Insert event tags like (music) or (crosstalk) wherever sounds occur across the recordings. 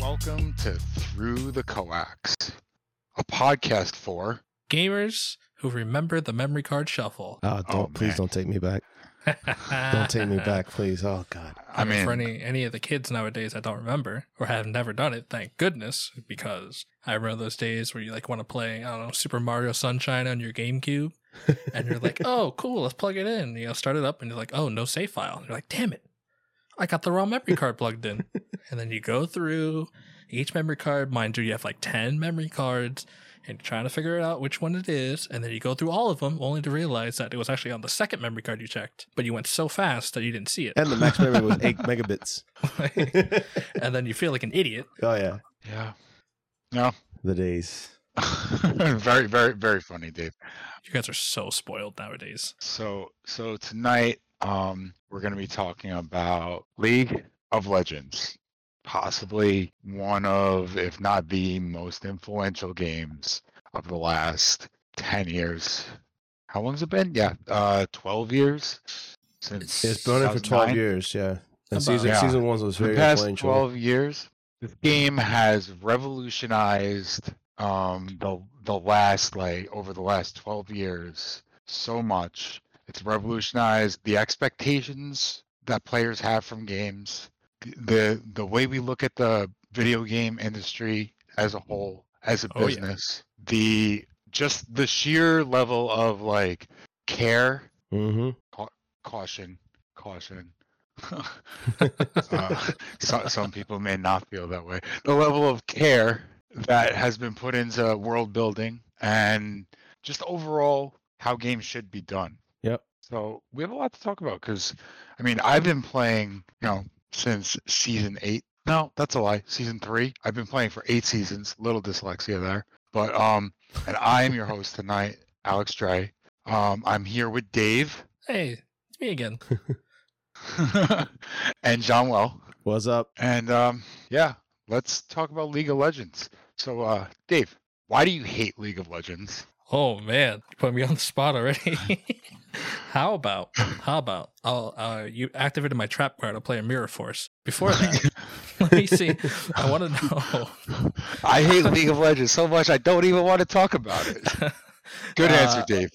Welcome to Through the Coax, a podcast for Gamers who remember the memory card shuffle. Oh, don't Oh, please man. don't take me back. Don't (laughs) take me back, please. Oh God. I I mean, for mean any any of the kids nowadays that don't remember or have never done it, thank goodness, because I remember those days where you like want to play, I don't know, Super Mario Sunshine on your GameCube, and you're like, oh, cool, let's plug it in. You know, start it up, and you're like, oh, no save file. And you're like, damn it, I got the wrong memory card plugged in. And then you go through each memory card. Mind you, you have like ten memory cards, and you're trying to figure out which one it is. And then you go through all of them, only to realize that it was actually on the second memory card you checked, but you went so fast that you didn't see it. (laughs) and the max memory was eight megabits. oh and then you feel like an idiot. yeah, yeah. (laughs) the days. very, very, very funny, Dave. You guys are so spoiled nowadays. So so tonight um we're going to be talking about League of Legends, possibly one of if not the most influential games of the last 10 years. How long's it been? Yeah, uh 12 years since It's been running for twelve 2009. years. Yeah, About- and season Yeah. season one was For the very past influential. 12 years, this game has revolutionized um, the the last like over the last 12 years so much. It's revolutionized the expectations that players have from games, th- the the way we look at the video game industry as a whole, as a Oh, yeah. business, the just the sheer level of like care, Mm-hmm. caution, caution. (laughs) uh, some, some people may not feel that way. The level of care that has been put into world building and just overall how games should be done. Yep. So we have a lot to talk about because, I mean, I've been playing, you know, since season eight. No, that's a lie. Season three. I've been playing for eight seasons. Little dyslexia there, but um, and I am your host tonight, Alex Dre. Um, I'm here with Dave Hey, it's me again. (laughs) and John Well. What's up? And um, yeah, let's talk about League of Legends. So, uh, Dave, why do you hate League of Legends? (laughs) Oh man, you put me on the spot already. how about? How about? I'll uh, you activated my trap card. I'll play a mirror force. Before that, let me see. I want to I hate League of Legends so much I don't even want to talk about it. know. Good answer, Uh, Dave.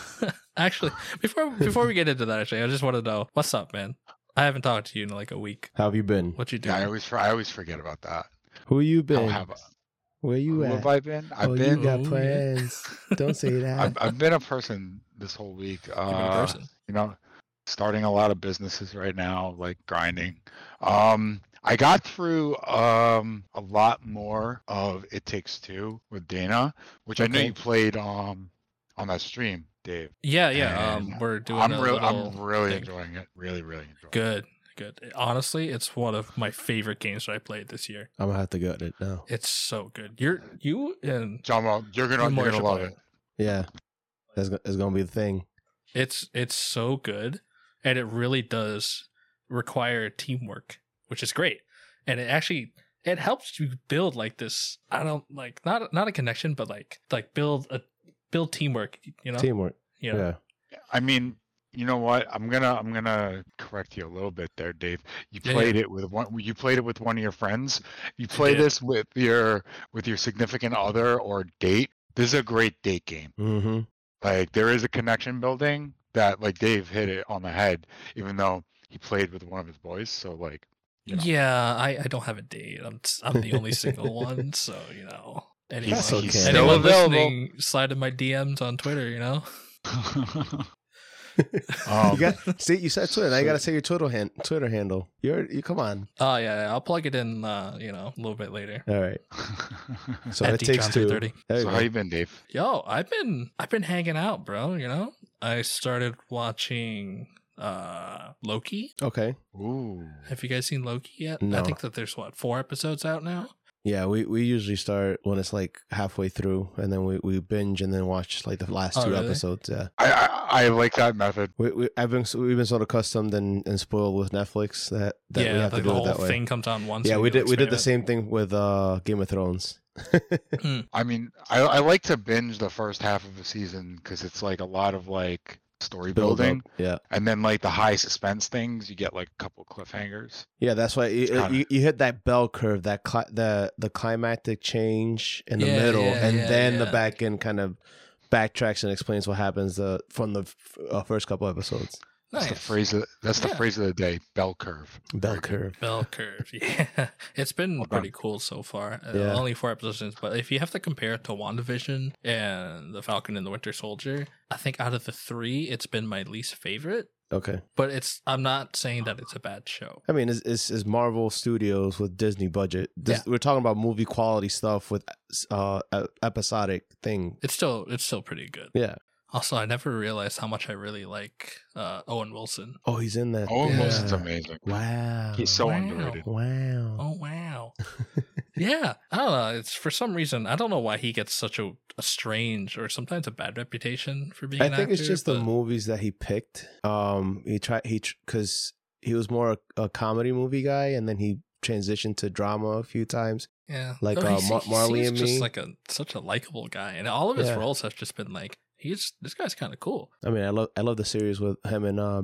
(laughs) actually, before before we get into that, actually, I just want to know what's up, man. I haven't talked to you in like a week. How have you been? What you doing? Yeah, I always for- I always forget about that. Who you How been? have I- Where who you at? have I been? I've oh, been you got Oh, (laughs) yeah. plans. Don't say that. I've, I've been a person this whole week. You've been a Uh, person. you know, starting a lot of businesses right now, like grinding. Um, I got through um a lot more of It Takes Two with Dana, which I know Okay. you played um on that stream, Dave. Yeah, yeah. Um, And we're doing. I'm a really, little I'm really thing. enjoying it. Really, really enjoying. it. Good, good. Honestly, it's one of my favorite games that I played this year. I'm gonna have to go at it now. It's so good. You're you and John, well, you're gonna, You're you're more gonna love enjoying it. Yeah, that's go- that's gonna be the thing. it's it's so good, and it really does require teamwork, which is great. And it actually it helps you build like this. I don't like not not a connection, but like like build a build teamwork. You know, Teamwork. you Yeah. know? I mean, you know what? I'm gonna, I'm gonna correct you a little bit there, Dave. You Yeah, yeah. played it with one. You played it with one of your friends. You play did. this with your with your significant other or date. This is a great date game. Mm-hmm. Like there is a connection building that, like Dave hit it on the head, even though he played with one of his boys. So (laughs) like, you know. Yeah, I, I don't have a date. I'm I'm the only single (laughs) one, so you know. Anyone, That's okay. still anyone available. listening, slide in my DMs on Twitter. You know. Um, Oh. (laughs) you got see you said Twitter. Now you so- (laughs) gotta say your Twitter hand Twitter handle. You're you come on. Oh yeah, yeah, I'll plug it in. Uh, you know, a little bit later. All right. So At it takes two. DJohn330. There you so go. how you been, Dave? Yo, I've been I've been hanging out, bro. You know, I started watching uh Loki. Okay. Ooh, Have you guys seen Loki yet? I No. think that there's what four episodes out now. Yeah, we, we usually start when it's like halfway through, and then we, we binge and then watch like the last Oh, two really? episodes. Yeah, I, I I like that method. we, we I've been so- we've been sort of accustomed and, and spoiled with Netflix that, that we yeah, have like the to do it whole that way. thing comes on once. yeah, and we you can did we did the experience. same thing with uh, Game of Thrones. I mean, I, I like to binge the first half of a season because it's like a lot of like story Build up. building, Yeah, and then like the high suspense things, you get like a couple cliffhangers. yeah, that's why you, Kinda. you, you hit that bell curve, that cli- the the climactic change in the Yeah, middle, yeah, and yeah, then the yeah. back end kind of backtracks and explains what happens uh, from the f- uh, first couple episodes. That's the Nice. phrase. Of, that's the Yeah. phrase of the day. Bell curve. Bell Very good. curve. Bell curve. (laughs) Yeah, it's been Well done. pretty cool so far. Uh, Yeah. Only four episodes, but if you have to compare it to WandaVision and The Falcon and the Winter Soldier, I think out of the three, it's been my least favorite. Okay. But it's. I'm not saying that it's a bad show. I mean, it's, it's, it's Marvel Studios with Disney budget. This, We're talking about movie quality stuff with uh, e- episodic thing. It's still. It's still pretty good. Yeah. Also, I never realized how much I really like uh, Owen Wilson. Oh, he's in that. Oh, Yeah. Wilson's amazing. Wow. He's so Wow. underrated. Wow. Oh wow. (laughs) yeah, I don't know. It's for some reason I don't know why he gets such a, a strange or sometimes a bad reputation for being. I an think it's actor, just the but- movies that he picked. Um, he tried he because he was more a, a comedy movie guy, and then he transitioned to drama a few times. Yeah, like, Or uh, se- Mar- Marley seems and just Me. like a such a likable guy, and all of his Yeah. roles have just been like he's this guy's kind of cool. I mean, I love I love the series with him and uh,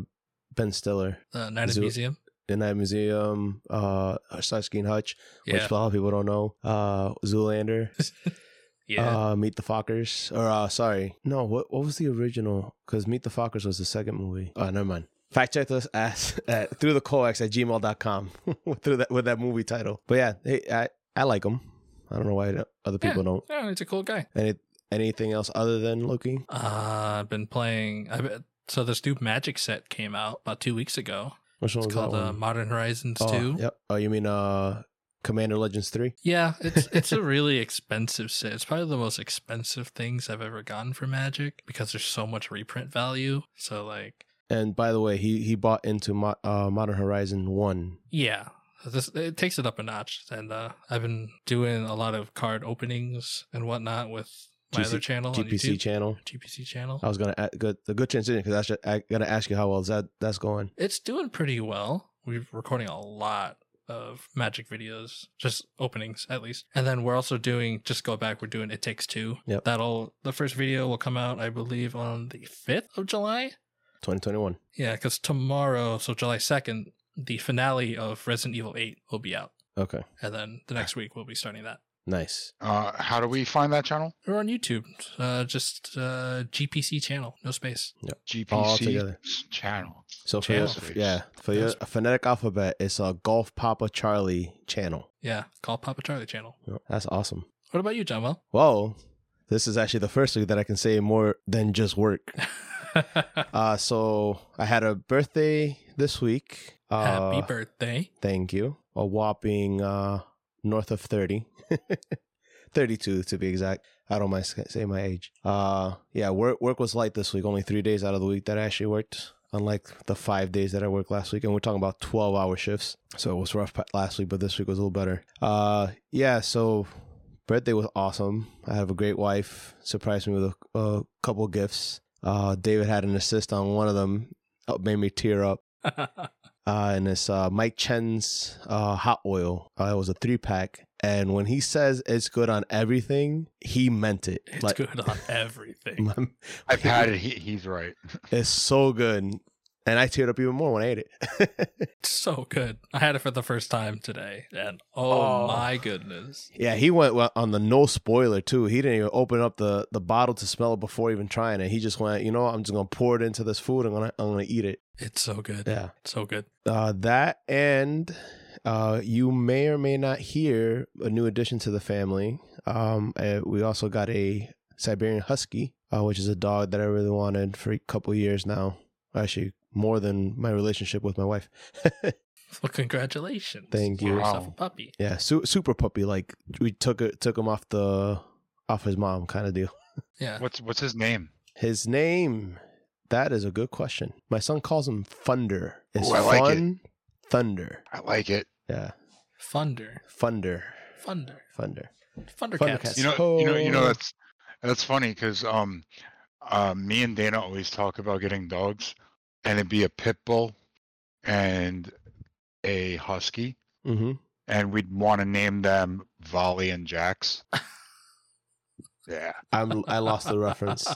Ben Stiller. The Uh, Night at Zo- the Museum. The Night Museum, uh, Starsky and Hutch, Yeah, which a lot of people don't know. Uh, Zoolander. (laughs) yeah. Uh, Meet the Fockers. Or uh, sorry, no. What what was the original? Because Meet the Fockers was the second movie. Oh, never mind. Fact check us at, (laughs) at through the coax at gmail.com (laughs) through that with that movie title. But yeah, hey, I I like him. I don't know why the other people don't. yeah, he's a cool guy. Any anything else other than Loki? Uh, I've been playing. I bet, so this new Magic set came out about two weeks ago. Which one It's was called that uh, one? Modern Horizons oh, Two. Yep. Oh, you mean uh, Commander Legends three? Yeah, (laughs) it's it's a really expensive set. It's probably the most expensive things I've ever gotten for Magic because there's so much reprint value. So like, And by the way, he he bought into Mo- uh, Modern Horizon one. yeah, this it takes it up a notch. And uh, I've been doing a lot of card openings and whatnot with my GC other channel, Oh, on GPC YouTube. channel. GPC channel. I was gonna a- good the good transition because I should I gotta ask you how well is that that's going. It's doing pretty well. We're recording a lot of magic videos, just openings at least. And then we're also doing just go back, we're doing It Takes Two. Yep. That'll the first video will come out, I believe, on the fifth of July. 2021. Yeah, because tomorrow, so July 2nd, the finale of Resident Evil 8 will be out. Okay, And then the next week, we'll be starting that. nice. Uh, how do we find that channel? We're on YouTube, uh, just uh, GPC channel, no space. All GPC together. channel. So for your, Channel. f- yeah, for your phonetic alphabet, it's a Golf Papa Charlie channel. Yeah, call Papa Charlie channel. Yep, That's awesome. What about you, John? (laughs) Well, Whoa, this is actually the first week that I can say more than just work. Uh, so I had a birthday this week. Uh, happy birthday. (laughs) Thank you. A whopping uh, north of (laughs) 30. 32 to be exact. I don't mind sa- saying my age. Uh, yeah, work, work was light this week. Only three days out of the week that I actually worked, unlike the five days that I worked last week. And we're talking about 12 hour shifts. So it was rough pa- last week, but this week was a little better. Uh, yeah, so birthday was awesome. I have a great wife, surprised me with a, a couple gifts. Uh, David had an assist on one of them, uh, made me tear up uh, and it's uh, Mike Chen's uh, hot oil. Uh, it was a three pack, and when he says it's good on everything, he meant it. It's good on everything. (laughs) my- I've had it. He, he's right. It's so good, and I teared up even more when I ate it. (laughs) It's so good. I had it for the first time today, and oh, Oh. my goodness. yeah, he went wa- on the no spoiler too. He didn't even open up the, the bottle to smell it before even trying it. He just went, you know, what? I'm just gonna pour it into this food. I'm gonna I'm gonna eat it. It's so good. Yeah. So good. Uh, that and uh, you may or may not hear a new addition to the family. Um, uh, we also got a Siberian Husky, uh, which is a dog that I really wanted for a couple years now. Actually, more than my relationship with my wife. (laughs) Well, congratulations. Thank You you. yourself a Wow. puppy. Yeah, su- super puppy. Like we took it, took him off the off his mom kind of deal. Yeah. What's what's his name? His name. That is a good question. My son calls him Thunder. It's Ooh, I like it. fun. Thunder. I like it. Yeah, Thunder. Thunder. Thunder. Thunder. Thundercats. Thundercats. You know, you know, you know So- that's that's funny because um, uh, me and Dana always talk about getting dogs, and it'd be a pit bull and a husky, Mm-hmm. and we'd want to name them Volley and (laughs) Jax. yeah. I'm I lost (laughs) the reference.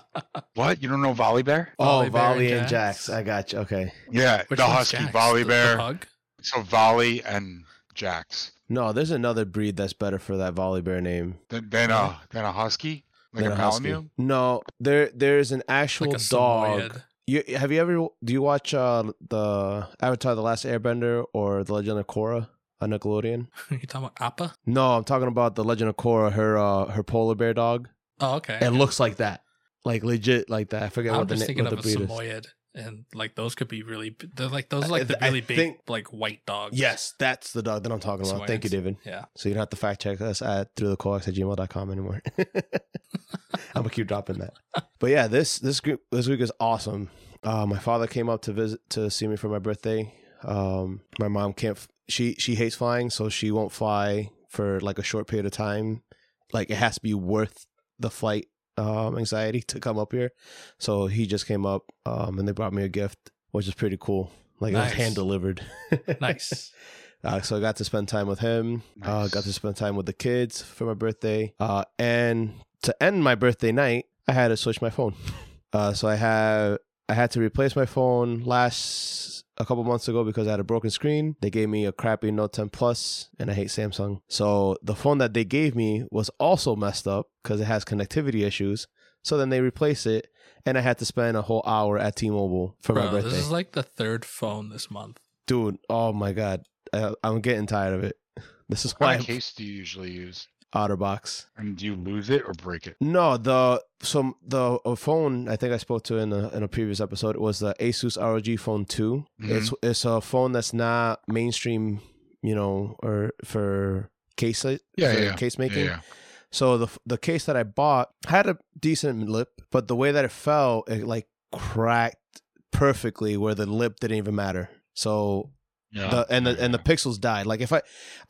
What? You don't know Volley Bear? Oh, Volley Bear and Volley and Jax. Jax. I got you. Okay. Yeah, Which the one's husky, Jax? Volley The- the Bear. hug? so Volley and Jax. No, there's another breed that's better for that volley bear name. Then, then a then a husky, like than a, a husky. Malamute. No, there there's an actual Like a dog. Samoyed. You have you ever do you watch uh the Avatar: The Last Airbender or the Legend of Korra on Nickelodeon? (laughs) you talking about Appa? No, I'm talking about the Legend of Korra. Her uh her polar bear dog. Oh, okay. It looks like that, like legit like that. I forget I'm what the just name thinking what of the a breed is. Samoyed, and like those could be really. b- They're like those are I- like the I really big, think- like white dogs. Yes, that's the dog that I'm talking about. Thank you, Samoyeds. David. (laughs) Yeah. So you don't have to fact check us at through the coax at gmail.com anymore. (laughs) I'm gonna keep dropping that. But yeah, this this group this week is awesome. Uh, my father came up to visit to see me for my birthday. Um, my mom can't. f- She she hates flying, so she won't fly for like a short period of time. Like it has to be worth the flight um, anxiety to come up here. So he just came up, um, and they brought me a gift, which is pretty cool. Like it was Nice. hand delivered. (laughs) Nice. Uh, so I got to spend time with him. Uh, Nice. got to spend time with the kids for my birthday. Uh, and to end my birthday night, I had to switch (laughs) my phone. Uh, so I have I had to replace my phone last a couple months ago because I had a broken screen. They gave me a crappy Note 10 Plus, and I hate Samsung. So the phone that they gave me was also messed up because it has connectivity issues. So then they replaced it, and I had to spend a whole hour at T-Mobile for my Bro, birthday this is like the third phone this month. dude oh my god I, i'm getting tired of it (laughs) this is What why kind I'm of case do you usually use? otterbox And do you lose it or break it? no the so the uh, phone i think i spoke to in a, in a previous episode was the asus rog phone 2 Mhm. it's it's a phone that's not mainstream you know or for case Yeah, for yeah, yeah. case Yeah, making yeah. So the the case that I bought had a decent lip, but the way that it fell, it like cracked perfectly where the lip didn't even matter. So Yeah, the, and the Oh, yeah, and the pixels died. Like if I,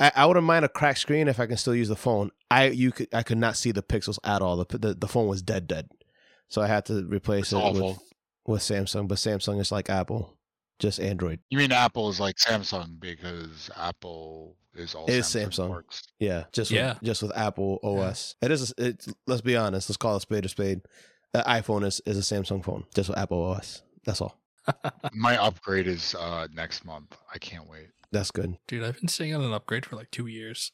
I, I wouldn't mind a cracked screen if I can still use the phone. I you could I could not see the pixels at all. The the, the phone was dead dead. So I had to replace It's it with, awful. with Samsung, but Samsung is like Apple, just Android. You mean Apple is like Samsung because Apple is all Is Samsung, Samsung. works. Yeah, just Yeah. With, just with Apple OS. It is. a- It, let's be honest. Let's call it a spade a spade. The iPhone is is a Samsung phone, just with Apple OS. That's all. My upgrade is uh next month. I can't wait. That's good. Dude, I've been sitting on an upgrade for like two years.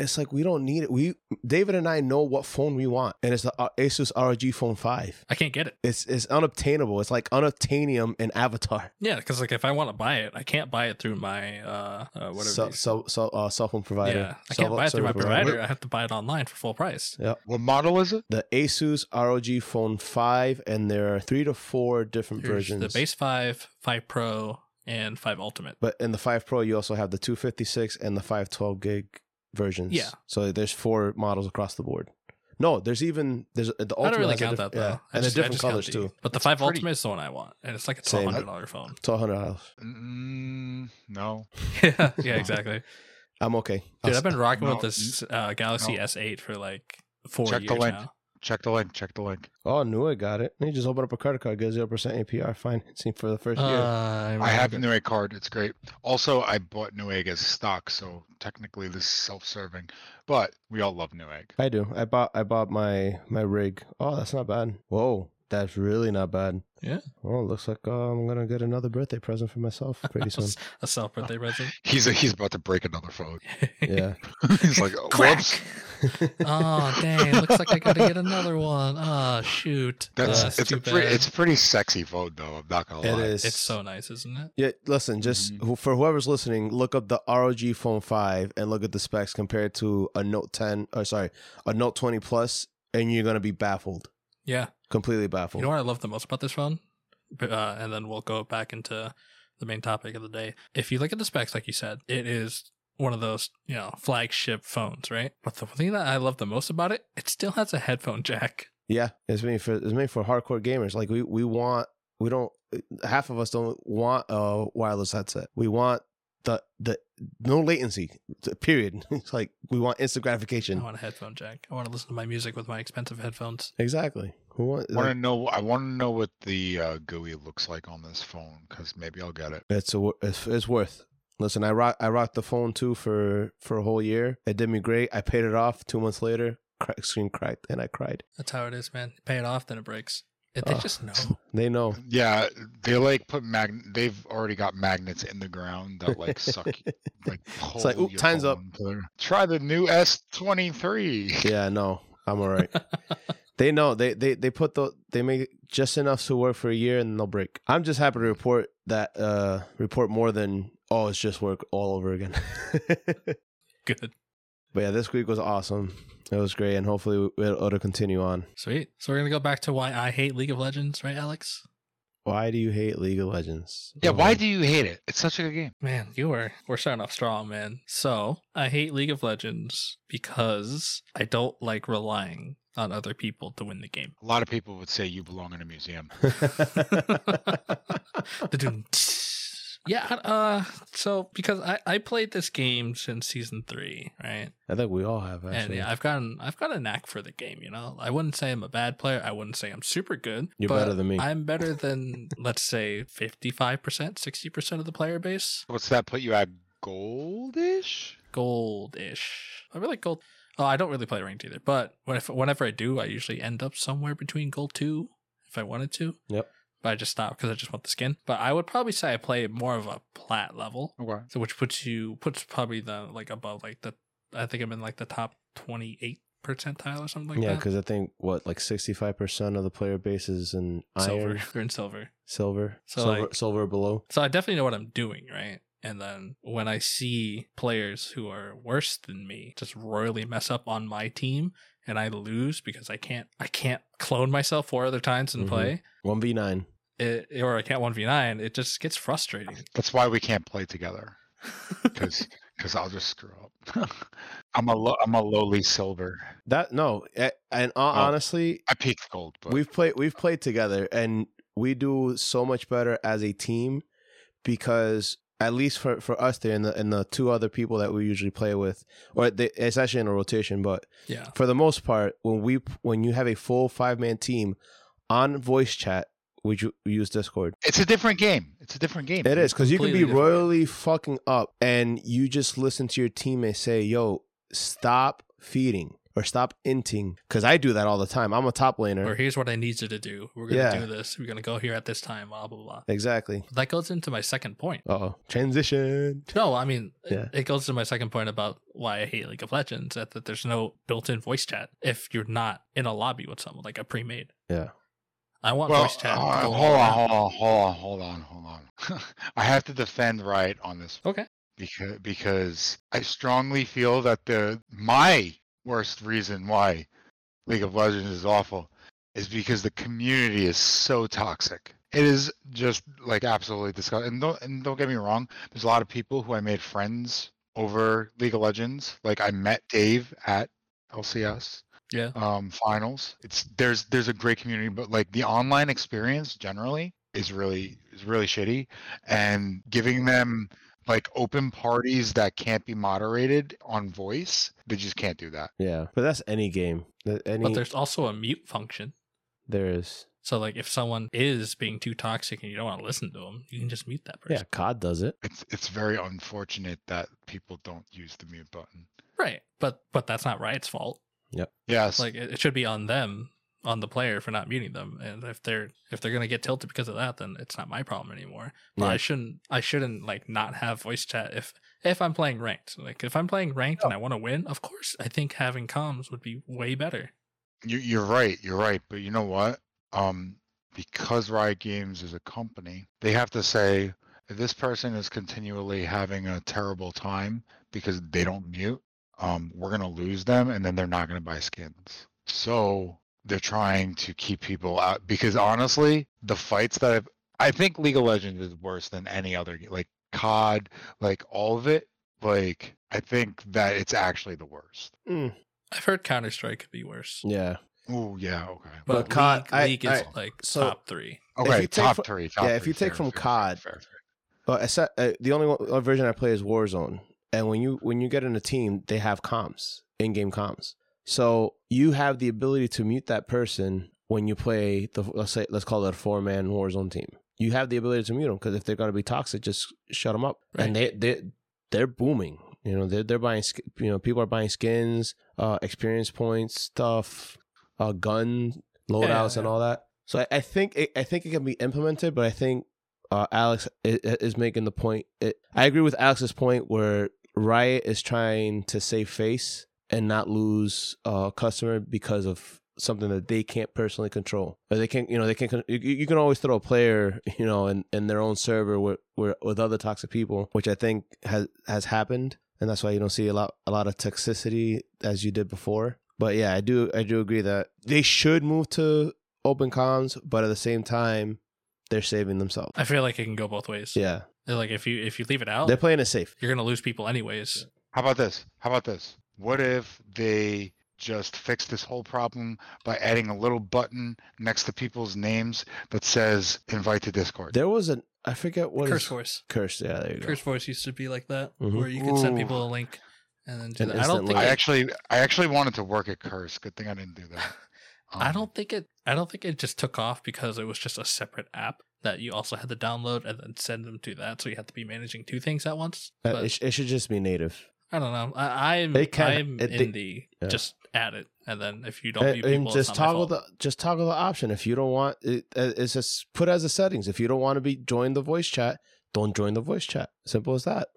It's like we don't need it. We David and I know what phone we want, and it's the uh, Asus ROG Phone Five. I can't get it. It's it's unobtainable. It's like unobtainium in Avatar. Yeah, because like if I want to buy it, I can't buy it through my uh, uh whatever. So these- so so uh, cell phone provider. yeah, I Cell can't phone buy it through my service provider. I have to buy it online for full price. What model is it? The Asus ROG Phone Five, and there are three to four different There's versions. The base five, five pro, and five ultimate. But in the 5 Pro, you also have the 256 and the 512 gig versions. Yeah. So there's four models across the board. No, there's even there's the ultimate. I don't really has a count diff- that though. yeah, I and just- I they're different just count colors the- too. But the It's five pretty- ultimate is the one I want, and it's like a Same. twelve hundred dollar phone. Twelve hundred dollars. Mm, no. (laughs) yeah, yeah, exactly. I'm okay. Dude, I'll- I've been rocking No, with this uh, Galaxy S8 for like four Check the years link. now. Check the link. Check the link. oh, knew I got it. You just open up a credit card, get zero percent APR financing for the first year. Uh, I have remember- the Newegg card. It's great. Also, I bought Newegg as stock, so technically this is self-serving, but we all love Newegg. I do. I bought I bought my my rig. Oh, that's not bad. Whoa, that's really not bad. Yeah. Oh, looks like uh, I'm gonna get another birthday present (laughs) for myself pretty soon. a self (laughs) birthday (laughs) present. He's he's about to break another phone. (laughs) (laughs) yeah. (laughs) he's like, oh, Crack. whoops. Oh dang! Looks like I gotta get another one. Oh shoot! That's Uh, it's a too pre- bad. it's a pretty sexy vote though. I'm not gonna It lie. is. It's so Mm-hmm. nice, isn't it? Yeah, listen, just Mhm. who for whoever's listening, look up the ROG Phone 5 and look at the specs compared to a Note 10, or sorry, a Note 20 Plus, and you're going to be baffled. Yeah. Completely baffled. You know what I love the most about this phone? B- Uh, and then we'll go back into the main topic of the day. If you look at the specs, like you said, it is one of those, you know, flagship phones, right? But the thing that I love the most about it, it still has a headphone jack. yeah, it's made for it's made for hardcore gamers. Like we we want we don't half of us don't want a wireless headset. We want the the no latency. the Period. (laughs) It's like we want instant I gratification. want a headphone jack. I want to listen to my music with my expensive headphones. Exactly. Who want, I want to know. I want to know what the uh, GUI looks like on this phone because maybe I'll get it. It's a, wor- it's, it's worth. Listen, I rock, I rocked the phone too for for a whole year. It did me great. I paid it off two months later. Cra- screen cracked and I cried. That's how it is, man. You pay it off, then it breaks. If they Ugh. just know. (laughs) They Oh. know. Yeah, they like put mag. They've already got magnets in the ground that like suck. (laughs) like pull like, "Oop, your time's up." phone to their- Try the new S twenty (laughs) three. yeah, no, I'm (laughs) all right. they know. They they they put the they make just enough to work for a year and they'll break. I'm just happy to report that uh report more than oh it's just work all over again. (laughs) Good. but yeah, this week was awesome. It was great, and hopefully it'll, it'll continue on. Sweet. So we're gonna go back to why I hate League of Legends, right, Alex? Why do you hate League of Legends? Yeah, why do you hate it? It's such a good game. Man, you were we're starting off strong, man. So I hate League of Legends because I don't like relying on other people to win the (laughs) game. A lot of people would say you belong in a museum. Da-dum. yeah, uh so because I, I played this game since season three, right? (laughs) I think we all have And actually. yeah, I've gotten I've got a knack for the game, you know. I wouldn't say I'm a bad player, I wouldn't say I'm super good. You're but better than me. I'm better than (laughs) let's say fifty five percent, sixty percent of the player base. What's that put you at? Goldish. goldish. I really like gold. Oh, I don't really play ranked either, but when if, whenever I do, I usually end up somewhere between gold two if I wanted to. Yep. But I just stop because I just want the skin. But I would probably say I play more of a plat level, Okay. so which puts you puts probably the like above like the I think I'm in like the top twenty eight percentile or something like yeah, that. because I think what like sixty five percent of the player base is in silver, iron, (laughs) you're in silver. silver, So, silver, like- silver below. So I definitely know what I'm doing, right? And then when I see players who are worse than me just royally mess up on my team and I lose because I can't I can't clone myself four other times and Mhm. play One v nine. it, or I can't one v nine, it just gets frustrating. (laughs) (laughs) That's why we can't play together. Because because I'll just screw up. (laughs) I'm a lo- I'm a lowly silver. That no, a- and uh, honestly, I peaked gold, but we've played we've played together, and we do so much better as a team because at least for for us there and the and the two other people that we usually play with, or they, it's actually in a rotation, but yeah, for the most part, when we when you have a full five man team on voice chat, we ju- we use Discord. it's a different game. It's a different game. It dude. is because you can be completely different. royally fucking up, and you just listen to your teammate say, "Yo, stop feeding or stop inting." Because I do that all the time. I'm a top laner. or here's what I need you to do. We're gonna Yeah. do this. We're gonna go here at this time. Blah blah blah. Exactly. But that goes into my second point. Oh, transition. No, I mean, Yeah. it goes to my second point about why I hate League of Legends that, that there's no built in voice chat if you're not in a lobby with someone, like a pre made. Yeah. I want Well, voice chat. uh, going hold on, around. hold on, hold on, hold on, hold on. (laughs) I have to defend Riot on this Okay. because because I strongly feel that the my worst reason why League of Legends is awful is because the community is so toxic. It is just like absolutely disgusting. And don't and don't get me wrong, there's a lot of people who I made friends over League of Legends. Like I met Dave at LCS Yeah. um finals. It's there's there's a great community, but like the online experience generally is really is really shitty. And giving them like open parties that can't be moderated on voice, they just can't do that. Yeah, but that's any game. Th- Any But there's also a mute function. there is. So, like, if someone is being too toxic and you don't want to listen to them, you can just mute that Yeah, person. COD does it. It's it's very unfortunate that people don't use the mute button. Right. But but that's not Riot's fault. Yes. Like, it, it should be on them, on the player for not muting them. And if they're if they're gonna get tilted because of that, then it's not my problem anymore. But I Yeah. shouldn't I shouldn't like not have voice chat if if I'm playing ranked. Like if I'm playing ranked and I want to win, of course I think having comms would be way better. You, you're right. You're right. But you know what? Um, because Riot Games is a company, they have to say if this person is continually having a terrible time because they don't mute, um, we're gonna lose them, and then they're not gonna buy skins. So they're trying to keep people out because honestly, the fights that I've, I think League of Legends is worse than any other g- like COD, like all of it. Like I think that it's actually the worst. Mm. I've heard Counter Strike could be worse. Yeah. Oh yeah. Okay. But But, COD- League, I- League is I- like so- top three. If Okay, you take top fro- three. Top yeah, if three, you take fair, from fair, fair, COD, fair, fair. But except, uh, the only one, uh, version I play is Warzone, and when you when you get in a team, they have comms, in-game comms. So you have the ability to mute that person when you play the let's say let's call it a four-man Warzone team. You have the ability to mute them because if they're going to be toxic, just shut them up. And they they they're booming. You know they're they're buying sk- you know people are buying skins, uh, experience points, stuff, uh, gun loadouts, and Yeah. all that. So I, I think it, I think it can be implemented, but I think uh, Alex is, is making the point. It, I agree with Alex's point where Riot is trying to save face and not lose a customer because of something that they can't personally control. Or they can't, you know, they can't. con- You, you can always throw a player, (laughs) you know, in, in their own server with, with with other toxic people, which I think has has happened, and that's why you don't see a lot a lot of toxicity as you did before. But yeah, I do I do agree that they should move to open comms, but at the same time, they're saving themselves. I Oh. feel like it can go both ways. Yeah, They're Like if you if you leave it out, they're playing it safe. you're gonna lose people anyways. How about this? How about this? What if they just fix this whole problem by adding a little button next to people's names that says invite to Discord? There was an I forget what Curse is- voice. curse. Yeah, there you Curse voice used to be like that, Mhm. where you could send Ooh. people a link and then do An that. I don't instant think I it- link. actually I actually wanted to work at Curse. Good thing I didn't do that. (laughs) I Um, don't think it. I don't think it just took off because it was just a separate app that you also had to download and then send them to that. So you had to be managing two things at once. go. Uh, But it, sh- it should just be native. I don't know. I, I'm They can- I'm it- in the yeah. just add it and then if you don't And- mute and people, just it's not toggle my fault. the just toggle the option if you don't want it. uh, It's just put as the settings. If you don't want to be join the voice chat, don't join the voice chat. Simple as that.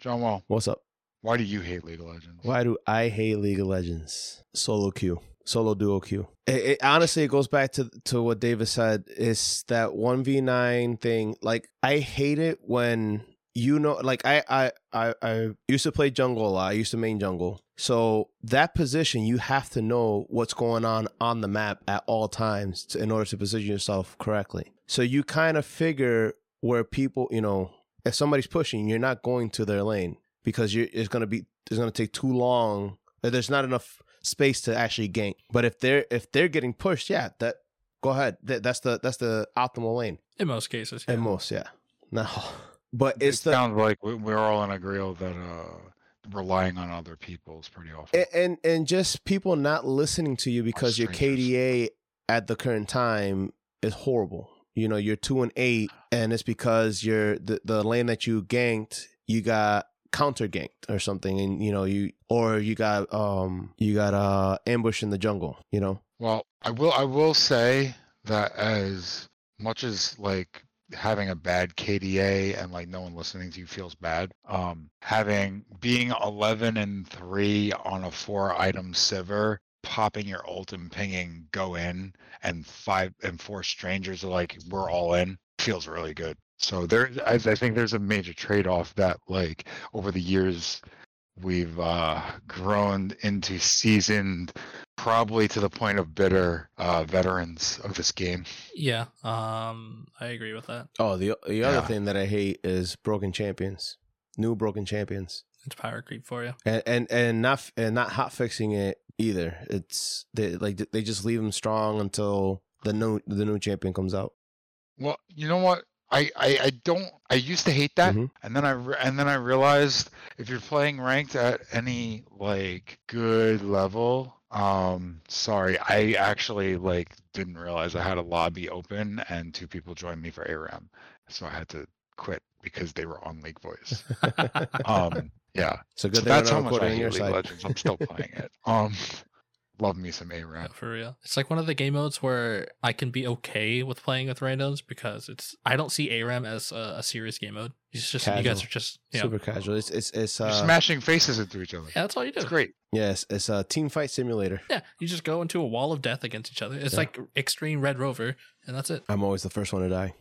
John Wall, What's up? why do you hate League of Legends? Why do I hate League of Legends? Solo queue, solo duo queue. It, it- honestly, it goes back to to what David said. It's that one v nine thing. Like I hate it when you know, like I I I, I used to play jungle a lot. I used to main jungle. So that position, you have to know what's going on on the map at all times to, in order to position yourself correctly. So you kind of figure where people, you know, if somebody's pushing, you're not going to their lane because you're, it's gonna be it's gonna take too long. or There's not enough space to actually gank. But if they're if they're getting pushed, yeah, that go ahead. That, that's the that's the optimal lane in most cases. at yeah. most. Yeah, no, but it's it the sounds like we- we're all in agreement that uh, relying on other people is pretty awful. and, and and just people not listening to you because your strangers. KDA at the current time is horrible. You know, you're two and eight, and it's because you're the, the lane that you ganked, you got counter ganked or something, and you know you or you got um you got uh ambush in the jungle. You know, Well, I will I will say that as much as like having a bad KDA and like no one listening to you feels bad, um having being 11 and 3 on a four item sliver, popping your ult and pinging go in and five and four strangers are like we're all in feels really good. So there I, I think there's a major trade-off that like over the years we've uh grown into seasoned probably to the point of bitter uh, veterans of this game. Yeah. Um, I agree with that. oh the the other Yeah. thing that I hate is broken champions, new broken champions. It's power creep for you. and and and not f- and not hot fixing it either. It's they like they just leave them strong until the new the new champion comes out. Well, you know what? I, I, I don't. I used to hate that, Mhm. and then I re- and then I realized if you're playing ranked at any like good level, um, sorry, I actually like didn't realize I had a lobby open and two people joined me for ARAM, so I had to quit because they were on League (laughs) Voice. Um, yeah, so good so thing we're that's not how much I recording on hate your League of side. Legends. I'm still playing it. Um, love me some ARAM. No, for real. It's like one of the game modes where I can be okay with playing with randoms because it's I don't see ARAM as a, a serious game mode. It's just you guys Casual. are just yeah. (laughs) Super casual. It's it's it's You're uh, smashing faces into each other. yeah, that's all you do. It's great. yes, it's a team fight simulator. Yeah, you just go into a wall of death against each other. It's Yeah. like extreme Red Rover, and that's it. I'm always the first one to die.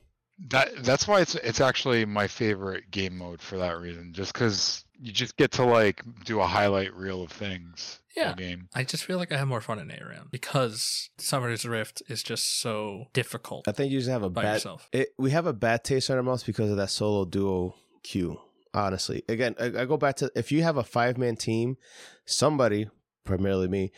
That that's why it's it's actually my favorite game mode for that reason. Just because you just get to like do a highlight reel of things. all Yeah. Game. I just feel like I have more fun in ARAM because Summoner's Rift is just so difficult I think you just have a by bad. yourself. It, we have a bad taste in our mouths because of that solo duo queue. Honestly, again, I, I go back to if you have a five man team, somebody, primarily me,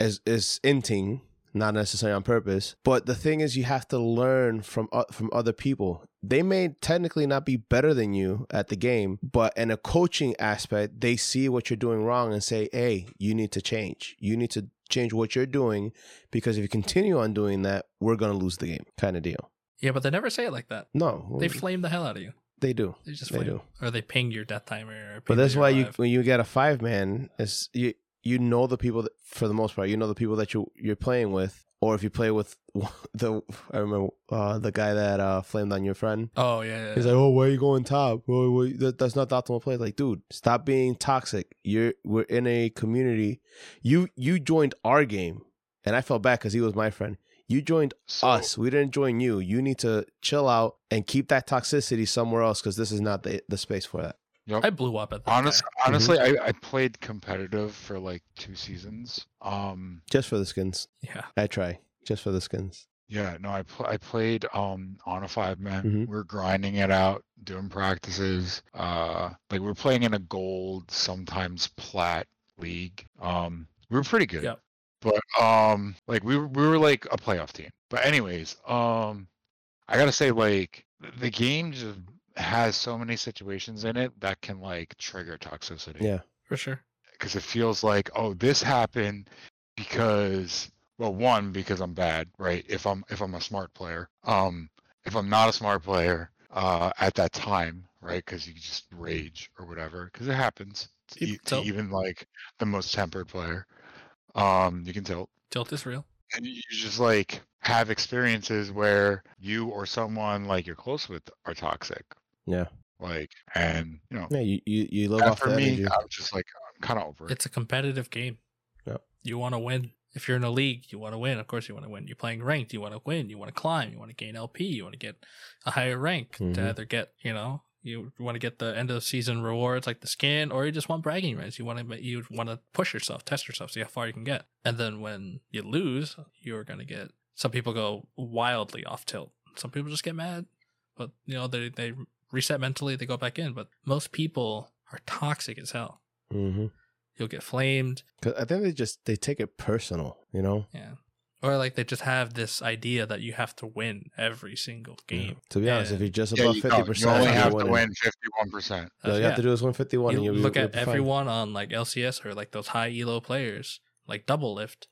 is is inting, not necessarily on purpose. But the thing is, you have to learn from o from other people. They may technically not be better than you at the game, but in a coaching aspect, they see what you're doing wrong and say, "Hey, you need to change. You need to change what you're doing because if you continue on doing that, we're gonna lose the game." Kind of deal. Yeah, but they never say it like that. No, They flame the hell out of you. they do. They just They flame. do. Or they ping your death timer. Or But ping that's that why you're you alive. when you get a five man, is you you know the people that, for the most part. You know the people that you you're playing with, or if you play with (laughs) the I remember uh, the guy that uh, flamed on your friend. Oh yeah. yeah. He's like, oh, why are you going top? Well, well, that, that's not the optimal play. Like, dude, stop being toxic. You're we're in a community. You you joined our game, and I felt bad because he was my friend. You joined So, us. We didn't join you. You need to chill out and keep that toxicity somewhere else because this is not the the space for that. yep. I Mm-hmm. blew up at that. Honest, guy. honestly, I, I played competitive for like two seasons. Um, Just for the skins. Yeah. I try just for the skins. yeah, no, I pl- I played um on a five man. Mhm. We are grinding it out, doing practices. Uh, like we are playing in a gold, sometimes plat league. Um, we were pretty good. Yep. But um, like we were, we were like a playoff team. But anyways, um, I gotta say like th- the game just has so many situations in it that can like trigger toxicity Yeah. For sure. because it feels like oh this happened because well one because i'm bad right if i'm if i'm a smart player um if i'm not a smart player uh at that time right because you just rage or whatever because it happens to, You e- to tilt. even like the most tempered player um you can tilt Tilt is real. and you you just like have experiences where you or someone like you're close with are toxic Yeah. like and you know Yeah. You you, you live that off for the me Uh, energy. i'm just like i'm kind of over it It's a competitive game. Yep. You want to win. If you're in a league, you want to win. Of course, you want to win. You're playing ranked. You want to win. You want to climb. You want to gain LP. You want to get a higher rank Mhm. to either get, you know, you want to get the end of season rewards like the skin, or you just want bragging rights. You want to you want to push yourself, test yourself, see how far you can get. And then when you lose, you're gonna get. Some people go wildly off tilt. Some people just get mad, but you know they they reset mentally. They go back in. But most people are toxic as hell. Mm-hmm. You'll get flamed. Cause I think they just they take it personal. You know. Yeah. Or like they just have this idea that you have to win every single Yeah. game. To be honest, Yeah. if you're just Yeah, above you fifty don't. percent, You only have to win fifty-one percent. All you have to do is win fifty-one. You and you'll look be, at you'll be fine. everyone on like LCS or like those high elo players, like double lift,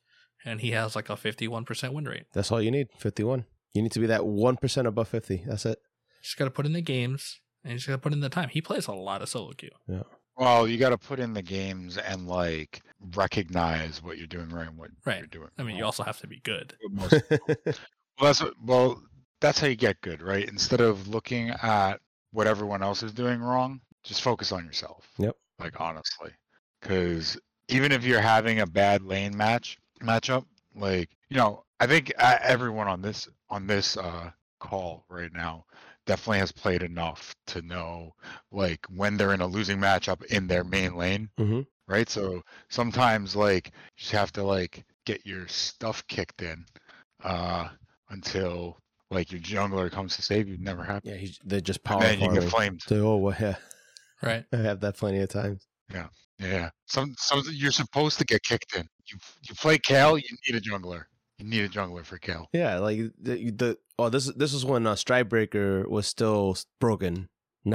and he has like a fifty one percent win rate. That's all you need. Fifty-one. You need to be that one percent above fifty. That's it. Just gotta put in the games and you just gotta put in the time. He plays a lot of solo queue. Well, you got to put in the games and like recognize what you're doing right and what Right. you're doing. I mean you also have to be good. wrong. Most- well, that's what- well, that's how you get good, right? Instead of looking at what everyone else is doing wrong, just focus on yourself. Yep. Like honestly, because even if you're having a bad lane match matchup, like you know, I think uh, everyone on this on this uh, call right now definitely has played enough to know like when they're in a losing matchup in their main lane hmm right? So sometimes like you just have to like get your stuff kicked in uh until like your jungler comes to save you. Never happened. (laughs) Yeah, he, they're just power And then you farming. get flamed. So, oh well, yeah, Right. I have that plenty of times. Yeah. Some some you're supposed to get kicked in. You you play Kale, you need a jungler. You need a jungler for Kale. Yeah, like the, the oh this this is when uh, Strikebreaker was still s- broken.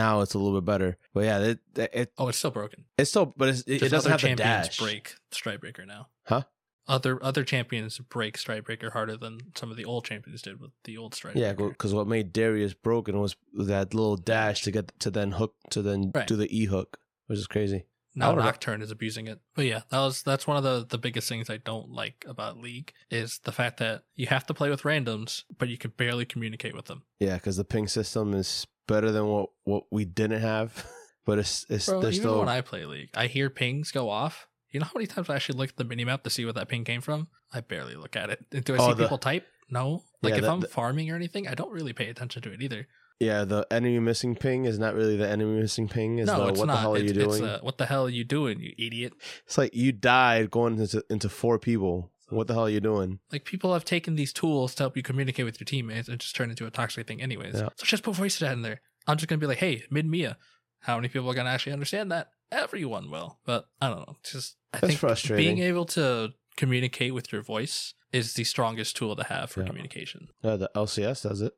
Now it's a little bit better, but yeah, it it, Oh, it's still broken. it's still but it's, it, it Just doesn't other have the champions dash. break Strikebreaker now. Huh? Other other champions break Strikebreaker harder than some of the old champions did with the old Strikebreaker. Yeah, because what made Darius broken was that little dash to get to then hook to then Right. do the e hook, which is crazy. I Now don't know. Nocturne is abusing it. But yeah, that was that's one of the, the biggest things I don't like about League is the fact that you have to play with randoms, but you can barely communicate with them. Yeah, because the ping system is better than what what we didn't have, (laughs) but it's it's Bro, even there's still when I play League, I hear pings go off. You know how many times I actually look at the minimap to see where that ping came from? I barely look at it. Do I Oh, see the- people type? No. Like Yeah, if that- I'm that- farming or anything, I don't really pay attention to it either. yeah the enemy missing ping is not really the enemy missing ping is no, the it's what not. the hell are it's, you doing? It's, uh, what the hell are you doing, you idiot? It's like you died going into into four people. What the hell are you doing? Like people have taken these tools to help you communicate with your teammates and just turn it into a toxic thing anyways. Yeah. So just put voice chat in there. I'm just gonna be like, hey, mid Mia. How many people are gonna actually understand that? Everyone will. But I don't know. Just I That's think frustrating. being able to communicate with your voice is the strongest tool to have for Yeah. communication. Uh, the LCS does it.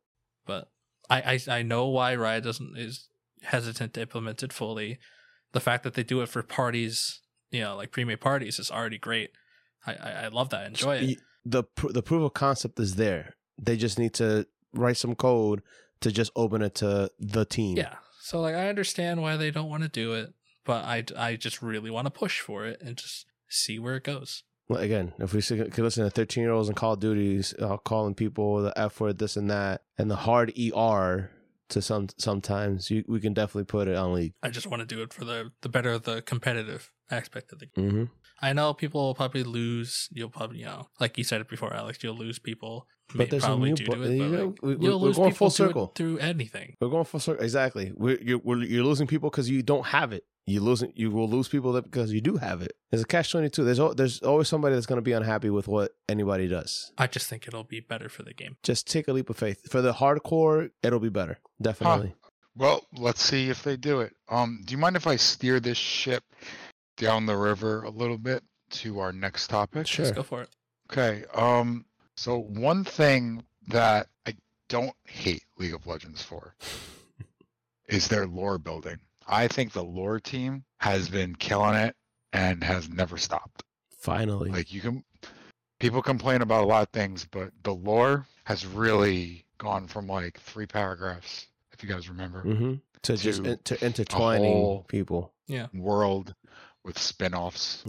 But I, I I know why Riot doesn't is hesitant to implement it fully. The fact that they do it for parties, you know, like pre-made parties, is already great. I, I, I love that. I enjoy it. Y- The pr- the proof of concept is there. They just need to write some code to just open it to the team. Yeah. So like I understand why they don't want to do it, but I I just really want to push for it and just see where it goes. Well, again, if we s- could listen to 13 year olds in Call of Duties uh, calling people the F word, this and that, and the hard ER to some sometimes, you, we can definitely put it on league. I just want to do it for the the better the competitive aspect of the game. Mm-hmm. I know people will probably lose. You'll probably you know, like you said it before, Alex. You'll lose people. may- But there's a probably new. due bo- to it, you but, know, like, we, you'll we're lose going people full through- circle. through anything. We're going full circle. Exactly. We're, you're we're, you're losing people because you don't have it. You losing you will lose people that because you do have it. There's a catch twenty two. There's al- there's always somebody that's going to be unhappy with what anybody does. I just think it'll be better for the game. Just take a leap of faith. For the hardcore, it'll be better. Definitely. Well, let's see if they do it. Um, do you mind if I steer this ship down the river a little bit to our next topic? Sure. Let's go for it. Okay. Um, so one thing that I don't hate League of Legends (laughs) for is their lore building. I think the lore team has been killing it and has never stopped. Finally. Like you can people complain about a lot of things, but the lore has really gone from like three paragraphs, if you guys remember, mm-hmm. To just To in, to intertwining whole- people. world with spin-offs.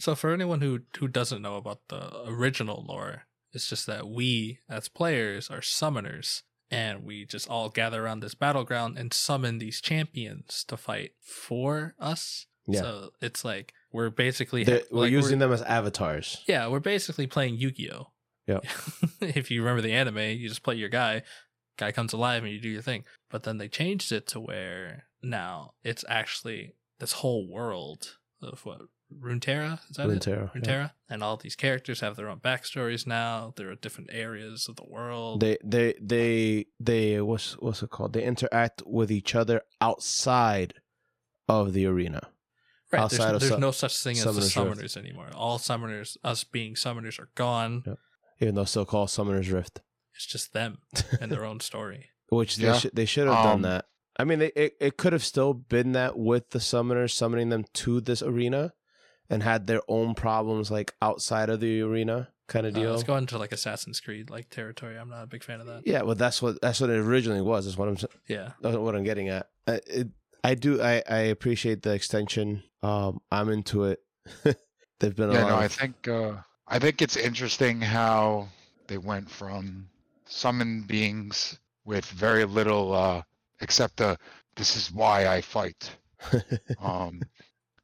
So for anyone who who doesn't know about the original lore, it's just that we as players are summoners and we just all gather around this battleground and summon these champions to fight for us. Yeah. So it's like we're basically They're- we're like, using them as avatars. Yeah, we're basically playing Yu-Gi-Oh. Yep. (laughs) if you remember the anime, you just play your guy, guy comes alive and you do your thing. But then they changed it to where now it's actually this whole world of what Runeterra is that it? Runeterra, yeah. Runeterra, and all these characters have their own backstories now. There are different areas of the world. They they they they what's what's it called? They interact with each other outside of the arena. right, outside there's, of there's su- no such thing as the Summoner's summoners Rift. anymore. All summoners, us being summoners, are gone. Yeah. Even though it's still called Summoner's Rift. It's just (laughs) them and their own story. Which they Yeah. should they should have done Um, that. I mean, they, it it could have still been that with the summoners summoning them to this arena, and had their own problems like outside of the arena kind of Uh, deal. let's go into like Assassin's Creed like territory. I'm not a big fan of that. yeah, well, that's what that's what it originally was. That's what I'm s- Yeah. that's what I'm getting at. I, it, I do I I appreciate the extension. Um, I'm into it. (laughs) There've been a Yeah, lot. no, I of- think uh, I think it's interesting how they went from summon beings with very little, uh, except the "this is why I fight" (laughs) um,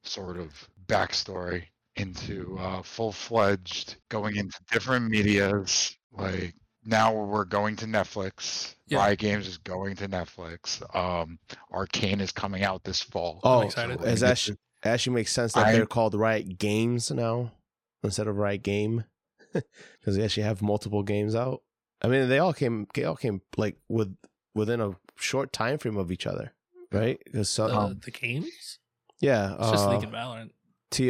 sort of backstory into uh, full-fledged going into different medias. Like now we're going to Netflix. Yeah. Riot Games is going to Netflix. Um, Arcane is coming out this fall. oh, excited. I is get that sh- it actually makes sense that I- they're called Riot Games now instead of Riot Game (laughs) because they actually have multiple games out. I mean, they all came they all came like with within a short time frame of each other, right? Because Oh. some, The, um, the games? yeah, It's just uh, League and Valorant.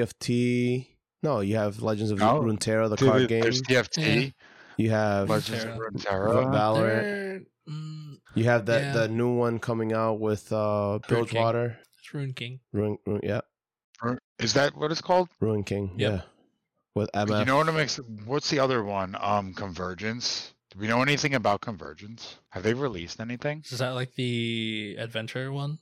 TFT. No, you have Legends of Oh. Runeterra, the Dude, card game. There's TFT, You have Legends of Runeterra. Runeterra. Valorant. They're, mm, You have that Yeah. the new one coming out with uh, King. Bilgewater. it's Rune King. Rune, Rune, yeah, Or- Is that what it's called? Ruin King. Yep. Yeah, with MF. You know what it makes? What's the other one? Um, Convergence. Do we know anything about Convergence? Have they released anything? Is that like the adventure one?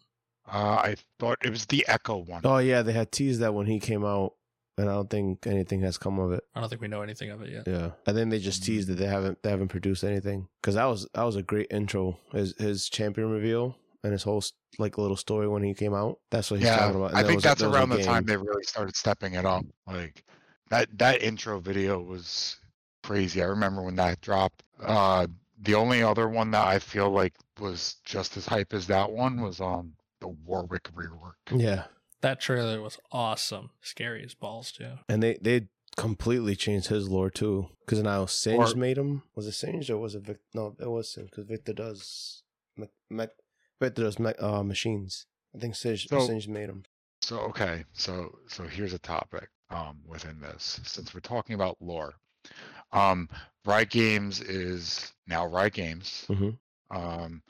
Uh, I thought it was the Echo one. Oh yeah, they had teased that when he came out, and I don't think anything has come of it. I don't think we know anything of it yet. Yeah, I think they Mm-hmm. just teased that they haven't they haven't produced anything because that was that was a great intro. His his champion reveal and his whole s- like little story when he came out. That's what he's yeah, talking about. And I that think was- that's that was a around the time they game. really started stepping it up. Like that that intro video was crazy. I remember when that dropped. Uh, the only other one that I feel like was just as hype as that one was um the Warwick rework. Yeah, That trailer was awesome. Scary as balls, too. and they they completely changed his lore too because now Singe Or- made him. Was it Singe or was it Vic? No, it was Singe because Victor does mech, mech, Victor does mech, uh, machines. I think Singe, So- Singe made him. So okay, so so here's a topic. um, within this, since we're talking about lore. Um, Riot Games is now Riot Games. Mhm. Um,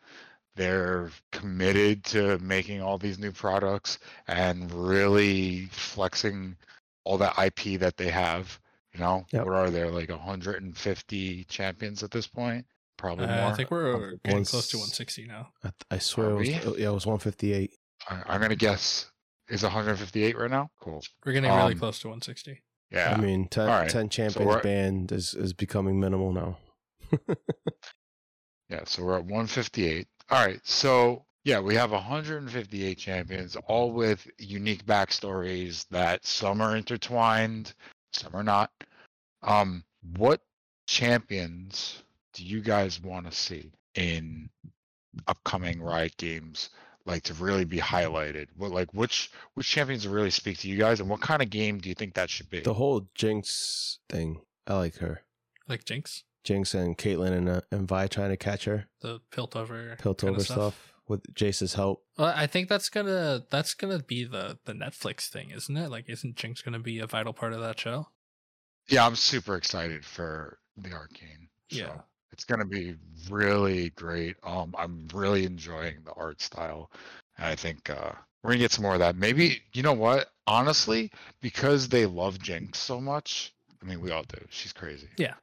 they're committed to making all these new products and really flexing all that IP that they have. You know, Yep. what are there like 150 champions at this point? Probably Uh, more. I think we're Once- getting close to 160 now. I, th- I swear, it was, oh, Are yeah, it was 158. I, I'm gonna guess is 158 right now. Cool. We're getting really Um, close to 160. Yeah. I mean, 10, All right. 10 champions we're- banned is, is becoming minimal now. Yeah, so we're at 158. All right, so yeah, we have 158 champions, all with unique backstories that some are intertwined, some are not. Um, what champions do you guys want to see in upcoming Riot games? Like to really be highlighted. What like which which champions really speak to you guys, and what kind of game do you think that should be? The whole Jinx thing, I like her. Like Jinx, Jinx and Caitlyn and, uh, and Vi trying to catch her, the Piltover, pilt kinda over stuff. with Jace's help. Well, I think that's gonna that's gonna be the the Netflix thing, isn't it? Like, isn't Jinx gonna be a vital part of that show? Yeah, I'm super excited for the Arcane. Yeah. so it's gonna be really great. Um, I'm really enjoying the art style. And I think uh, we're gonna get some more of that. Maybe you know what? Honestly, because they love Jinx so much. I mean, we all do. She's crazy. Yeah.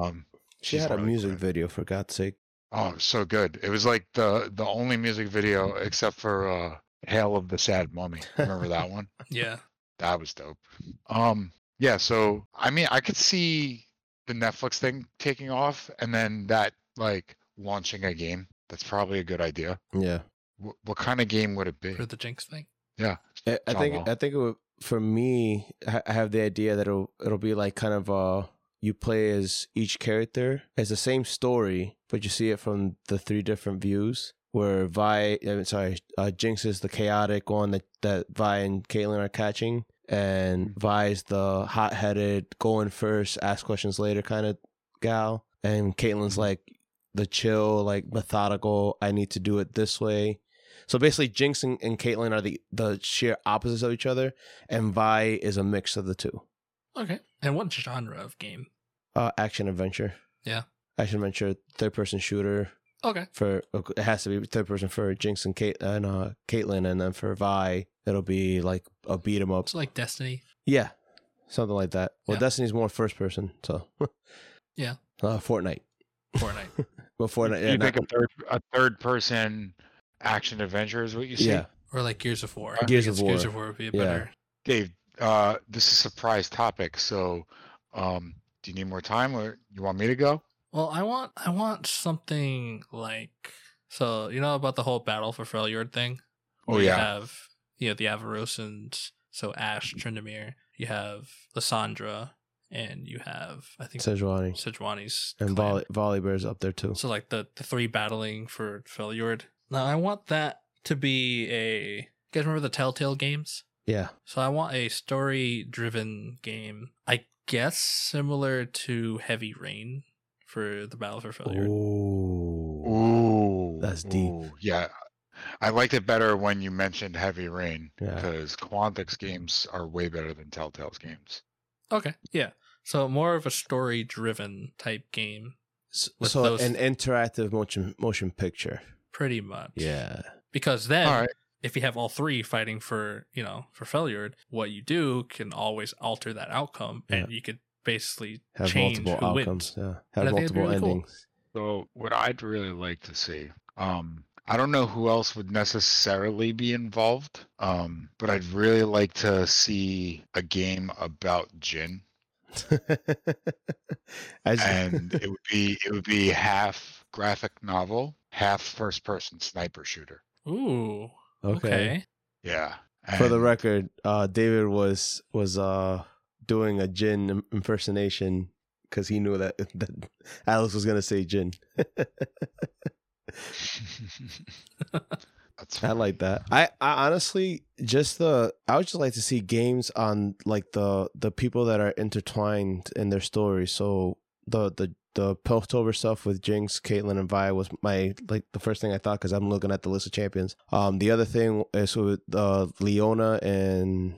Um. She she's had a really music good. video, for God's sake. Oh, it was so good. It was like the the only music video except for uh, "Hail of the Sad Mummy." Remember that one? Yeah, That was dope. Um, yeah, so I mean, I could see the Netflix thing taking off and then that like launching a game. That's probably a good idea. Yeah. What, what kind of game would it (laughs) be? for the Jinx thing. I, I John think Wall. I think it would, for me, I I have the idea that it'll it'll be like kind of uh you play as each character as the same story, but you see it from the three different views. Where Vi, I mean, sorry, uh, Jinx is the chaotic one that that Vi and Caitlyn are catching, and Vi is the hot-headed, going first, ask questions later kind of gal, and Caitlyn's like the chill, like methodical. I need to do it this way. So basically, Jinx and, and Caitlyn are the, the sheer opposites of each other, and Vi is a mix of the two. Okay, and what genre of game? Uh, action adventure. Yeah. Action adventure, third person shooter Okay, for it has to be third person for Jinx and Kate and uh, Caitlyn, and then for Vi it'll be like a beat 'em up. so like Destiny. Yeah, something like that. Well, Yeah. Destiny's more first person, so (laughs) Yeah. uh, Fortnite. Fortnite. (laughs) Well, Fortnite. Do yeah, you think not- a third a third person action adventure is what you see? yeah. Or like Gears of War. Uh, I think Gears of it's Gears of War would be a Yeah. better. Dave, uh, this is a surprise topic, so um, do you need more time or you want me to go? Well, I want I want something like so you know about the whole battle for Freljord thing. Oh, Where you yeah. Mm. have you know the Avarosans, so Ash, Trindamir. You have Lissandra, and you have I think Sejuani Sejuani's and clan. Volley, Volley Bear's up there too. So like the, the three battling for Freljord. Now I want that to be a. You guys remember the Telltale games? Yeah, So I want a story driven game. I guess similar to Heavy Rain for the Battle for Failure. Ooh. Ooh, That's deep. ooh, yeah, I liked it better when you mentioned Heavy Rain Yeah. because Quantix games are way better than Telltale's games. Okay. Yeah. So more of a story driven type game, S- With so those- an interactive motion motion picture. pretty much. Yeah. Because then All right. if you have all three fighting for, you know, for Failure, what you do can always alter that outcome and you could basically Have change multiple who outcomes. wins. And Yeah. I Have think it'd be really multiple cool. endings. So what I'd really like to see, um, I don't know who else would necessarily be involved, um, but I'd really like to see a game about Jin, (laughs) As- and it would be it would be half graphic novel, half first person sniper shooter. Ooh. (laughs) okay. okay. Yeah. For the and- (laughs) record, uh, David was was uh, doing a gin im- impersonation because he knew that, (laughs) that Alex was gonna say gin. (laughs) That's I like that. I, I honestly just the I would just like to see games on like the the people that are intertwined in their story. So the the the Piltover stuff with Jinx, Caitlyn, and Vi was my like the first thing I thought because I'm looking at the list of champions. Um, the other thing is with uh, Leona and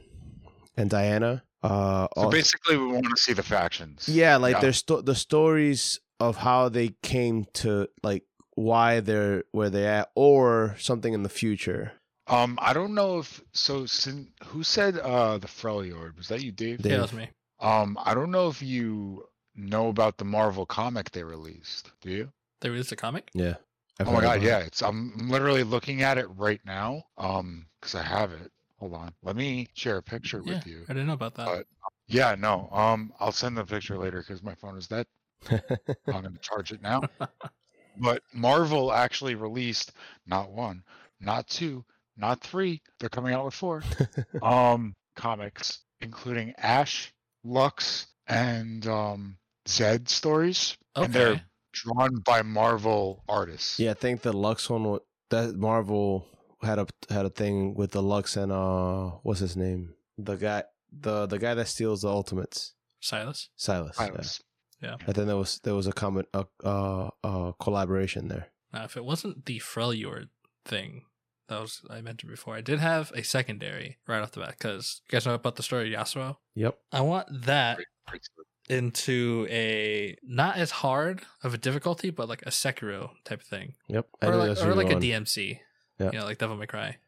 and Diana. Uh, So also- basically, we want to see the factions. yeah, like Yeah. their sto- the stories of how they came to like why they're where they're at or something in the future. Um, I don't know if so. Sin, who said uh the Freljord? Was that you, Dave? Dave. Yeah, that's me. Um, I don't know if you know about the Marvel comic they released. Do you? There is a comic. Yeah. I've oh my heard god, about yeah. it. It's I'm literally looking at it right now. Um, because I have it. Hold on. Let me share a picture Yeah, with you. I didn't know about that. Uh, Yeah, no. Um, I'll send the picture later because my phone is dead. I'm gonna charge it (laughs) now. But Marvel actually released not one, not two, not three. They're coming out with (laughs) four. um, comics including Ash, Lux, and um Zed stories, okay. and they're drawn by Marvel artists. Yeah, I think the Lux one wa- that Marvel had a had a thing with the Lux and uh what's his name? The guy the the guy that steals the ultimates. Silas. Silas. yeah. Silas. I think there was there was a comment a uh, uh collaboration there. Now, if it wasn't the Freljord thing that was I mentioned before, I did have a secondary right off the bat because you guys know about the story of Yasuo. Yep. I want that Right, right, so- into a not as hard of a difficulty, but like a Sekiro type of thing, Yep. I or know like, that's or where like a you're going. DMC, Yeah. you know, like Devil May Cry.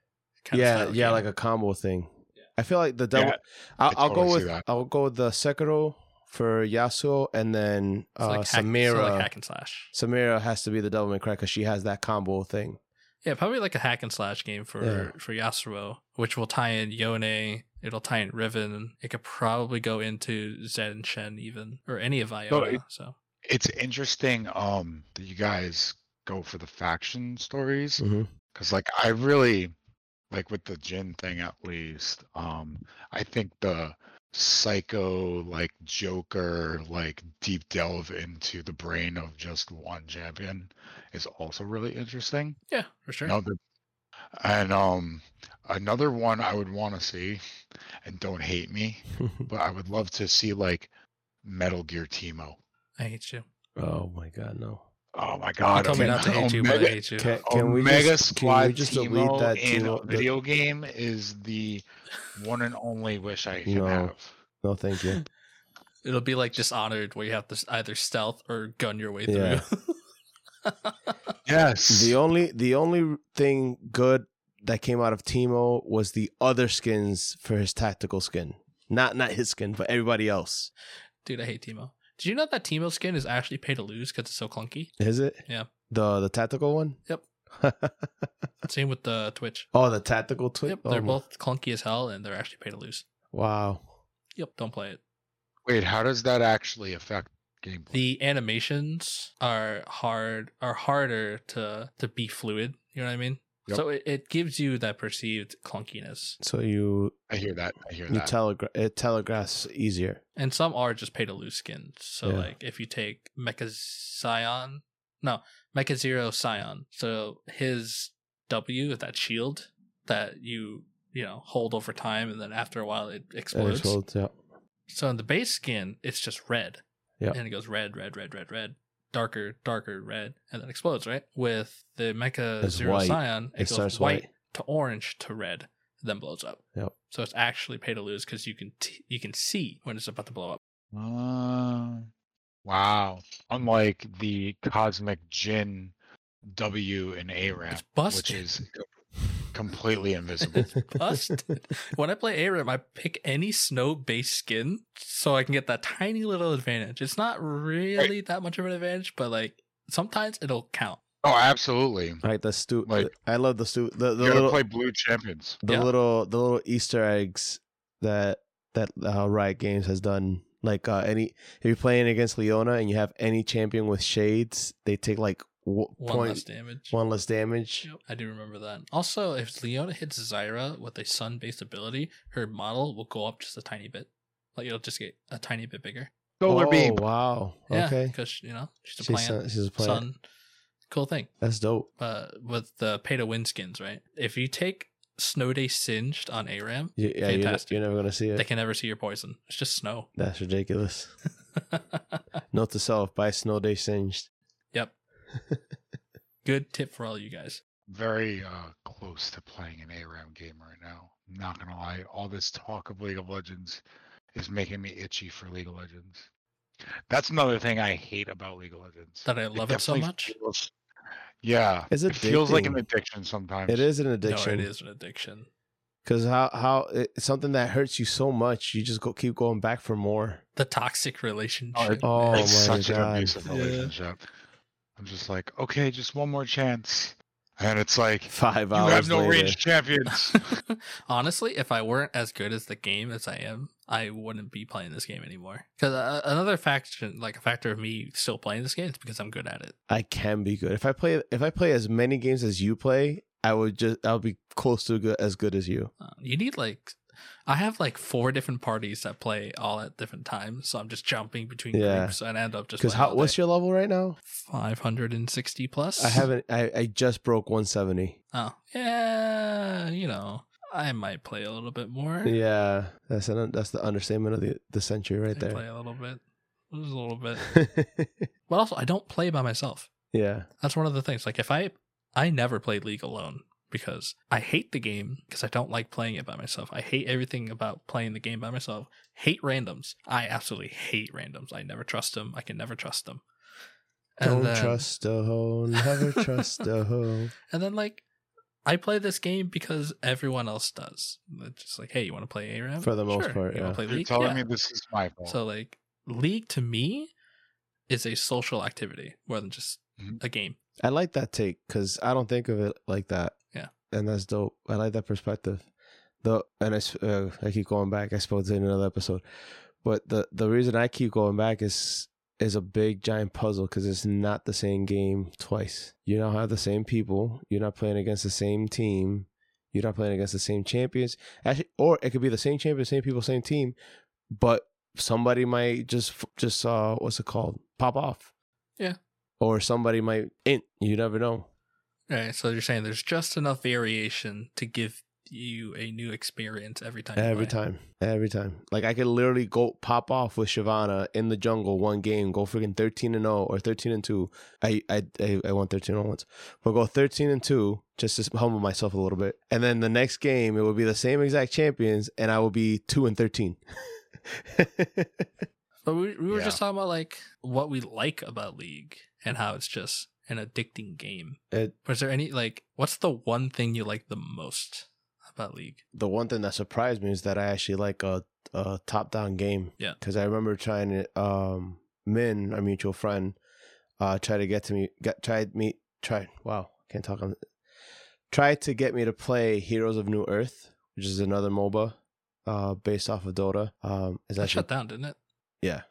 yeah, yeah, like a combo thing. I feel like the double. Yeah, I'll, I I'll totally go see with that. I'll go with the Sekiro for Yasuo, and then uh, Samira. so like hack and slash. Samira has to be the double crack because she has that combo thing. Yeah, probably like a hack and slash game for for Yasuo, which will tie in Yone. It'll tie in Riven. It could probably go into Zen and Shen even, or any of Iona. it- so it's interesting um that you guys go for the faction stories (laughs) because like i really like with the jin thing at least um i think the psycho like joker like deep delve into the brain of just one champion is also really interesting yeah, for sure. Another- and um another one i would want to see and don't hate me but i would love to see like metal gear timo I hate you. oh my god, no! (laughs) Oh my You god! told me Omega- not to hate you, but I Omega- hate you. Can, can we Omega just, Squad can we just delete Teemo that in Teemo- a video game is the one and only wish I can No. have. No, thank (laughs) you. It'll be like Dishonored, where you have to s- either stealth or gun your way through. Yeah. Yes. the only the only thing good that came out of Teemo was the other skins for his tactical skin, not not his skin, but everybody else. (laughs) Dude, I hate Teemo. Did you know that Teemo skin is actually pay to lose because it's so clunky? Is it? Yeah. The the tactical one. Yep. Same with the Twitch. (laughs) oh, the tactical twin. Yep, they're both clunky as hell, and they're actually pay to lose. Wow. Yep, don't play it. Wait, how does that actually affect gameplay? The animations are hard, are harder to to be fluid. You know what I mean? Yep. So it, it gives you that perceived clunkiness, So you I hear that. I hear you that. telegraph it telegraphs easier. and some are just pay to lose skins. So Yeah. like if you take Mecha Scion, no Mecha Zero Scion. So his W is that shield that you you know hold over time, and then after a while it And explodes. it's all- yeah. So in the base skin, it's just red. Yeah. And it goes red, red, red, red, red, darker, darker, red, and then explodes, right? With the Mecha It's Zero white. Scion, it, It, goes starts white, white. to orange to red, then blows up. Yep. So it's actually pay to lose because you can t- you can see when it's about to blow up. Uh, wow. Unlike the cosmic Jin W and A ramp, It's which busted. is (laughs) completely (laughs) invisible. Busted. when I play Aram, I pick any snow based skin so I can get that tiny little advantage. It's not really that much of an advantage, but like sometimes it'll count. oh, absolutely. All right, the stu. Like- I love the stu. The, the You gotta little play blue champions. the Yeah. little the little Easter eggs that that uh, Riot Games has done. Like uh, any, if you're playing against Leona and you have any champion with shades, they take like w- One point less damage. one less damage. Yep, I do remember that. Also, if Leona hits Zyra with a sun based ability, her model will go up just a tiny bit. Like it'll just get a tiny bit bigger. Solar oh beam. wow! Yeah, Okay, because you know she's a she's plant, sun- she's a plant. sun. Cool thing. That's dope. Uh, with the pay to win skins, right? If you take Snow Day singed on ARAM, You, yeah, you're, ne- Fantastic. you're never gonna see they it. can never see your poison. It's just snow. (laughs) That's ridiculous. Note to self: buy Snow Day singed. (laughs) yep. Good tip for all you guys. very uh, close to playing an ARAM game right now. Not gonna lie, all this talk of League of Legends is making me itchy for League of Legends. That's another thing I hate about League of Legends. That I love it so definitely much. feels- yeah, It's it feels like an addicting. addiction sometimes. It is an No, addiction. it is an addiction. Because how how it's something that hurts you so much, you just go keep going back for more. The toxic relationship. it- Oh man. it's my such an God. abusive Yeah. relationship. I'm just like, okay, just one more chance, and it's like Five you hours have no later. range (laughs) champions. Honestly, if I weren't as good as the game as I am, I wouldn't be playing this game anymore. Because uh, another faction, like a factor of me still playing this game, is because I'm good at it. I can be good if I play if I play as many games as you play. I would just I'll be close to good, as good as you. Uh, you need like, I have like four different parties that play all at different times, so I'm just jumping between Yeah. groups and I end up just Because how what's your level right now? five hundred and sixty plus? (laughs) I haven't. I, I just broke 170. Oh yeah, you know, I might play a little bit more. Yeah, that's an that's the understatement of the the century I right play a little bit, just a little bit. there. But also, I don't play by myself. (laughs) yeah, That's one of the things. Like if I I never played League alone because I hate the game because I don't like playing it by myself. I hate everything about playing the game by myself. Hate randoms. I absolutely hate randoms. I never trust them. I can never trust them. And don't then- trust a hoe, never trust a hoe. And then like I play this game because everyone else does. It's just like, hey, you want to play a ram? For the most part, You yeah. want to play You're League? telling me Yeah. this is my fault. So like League to me is a social activity more than just Mhm. a game. I like that take because I don't think of it like that. Yeah. and that's dope. I like that perspective. The and I, s- uh, I keep going back. I suppose in another episode, but the the reason I keep going back is is a big giant puzzle because it's not the same game twice. You don't have the same people. You're not playing against the same team. You're not playing against the same champions. Actually, or it could be the same champion, same people, same team, but somebody might just f- just uh what's it called pop off. Yeah. Or somebody might int. You never know. All right. So you're saying there's just enough variation to give you a new experience every time. you Every play. time. Every time. Like I could literally go pop off with Shyvana in the jungle one game, go freaking 13 and 0 or 13 and 2. I I I, I won 13 and oh once. But go 13 and 2 just to humble myself a little bit. And then the next game it will be the same exact champions and I will be 2 and 13. But we, we were Yeah. just talking about like what we like about League and how it's just an addicting game. (laughs) It- Was there any like what's the one thing you like the most about League? the one thing that surprised me is that I actually like a, a top down game. Yeah. Because I remember trying to, um, Min, our mutual friend, uh, tried to get to me, get, tried me, tried, wow, can't talk on Tried to get me to play Heroes of New Earth, which is another MOBA, uh, based off of Dota. Um, is That actually shut down, didn't it? Yeah.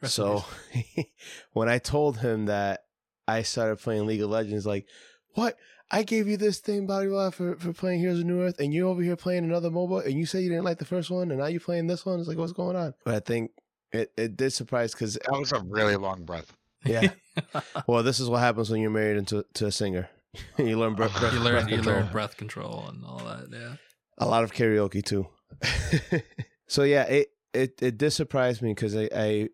Rest in so peace. (laughs) when I told him that I started playing League of Legends, like, what? I gave you this thing, blah, blah, blah, for, for playing Heroes of New Earth, and you're over here playing another MOBA, and you said you didn't like the first one, and now you're playing this one. It's like, what's going on? But I think it, it did surprise (laughs) because, that was a really long breath. (laughs) yeah. well, this is what happens when you're married into to a singer. (laughs) you learn, breath, breath, you learn breath you control. learn breath control and all that. Yeah. a lot of (laughs) karaoke too. so yeah, it it it did surprise me because I, I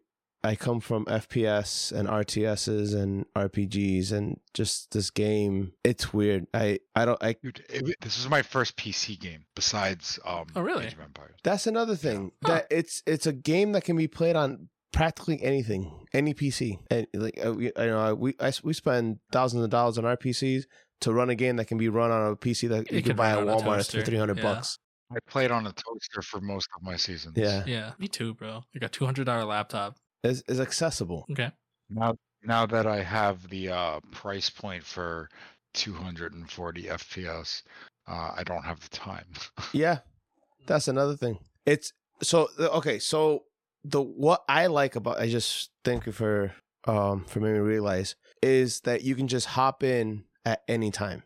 I come from FPS and RTSs and RPGs and just this game. It's weird. I I don't I. Dude, it- this was my first PC game besides um Oh, really? Age of Empires. That's another thing that it's it's a game that can be played on practically anything, any PC. And like uh, we, I know I- we I, we spend thousands of dollars on our PCs to run a game that can be run on a PC that you It can can buy at run on a Walmart for toaster, three hundred yeah. bucks. I played on a toaster for most of my seasons. Yeah, Yeah. Me too, bro. I got two hundred dollar laptop. It's, it's accessible. Okay. Now now that I have the uh price point for 240 FPS, uh I don't have the time. (laughs) Yeah, that's another thing. It's so the- okay. So the what I like about I just thank you for um for making me realize is that you can just hop in at any time.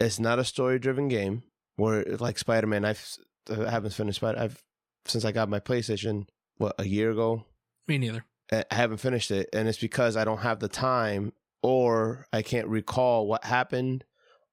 It's not a story driven game where like Spider Man. I've s- I haven't finished Spider. I've since I got my PlayStation what a year ago. Me neither. I I haven't finished it, and it's because I don't have the time, or I can't recall what happened,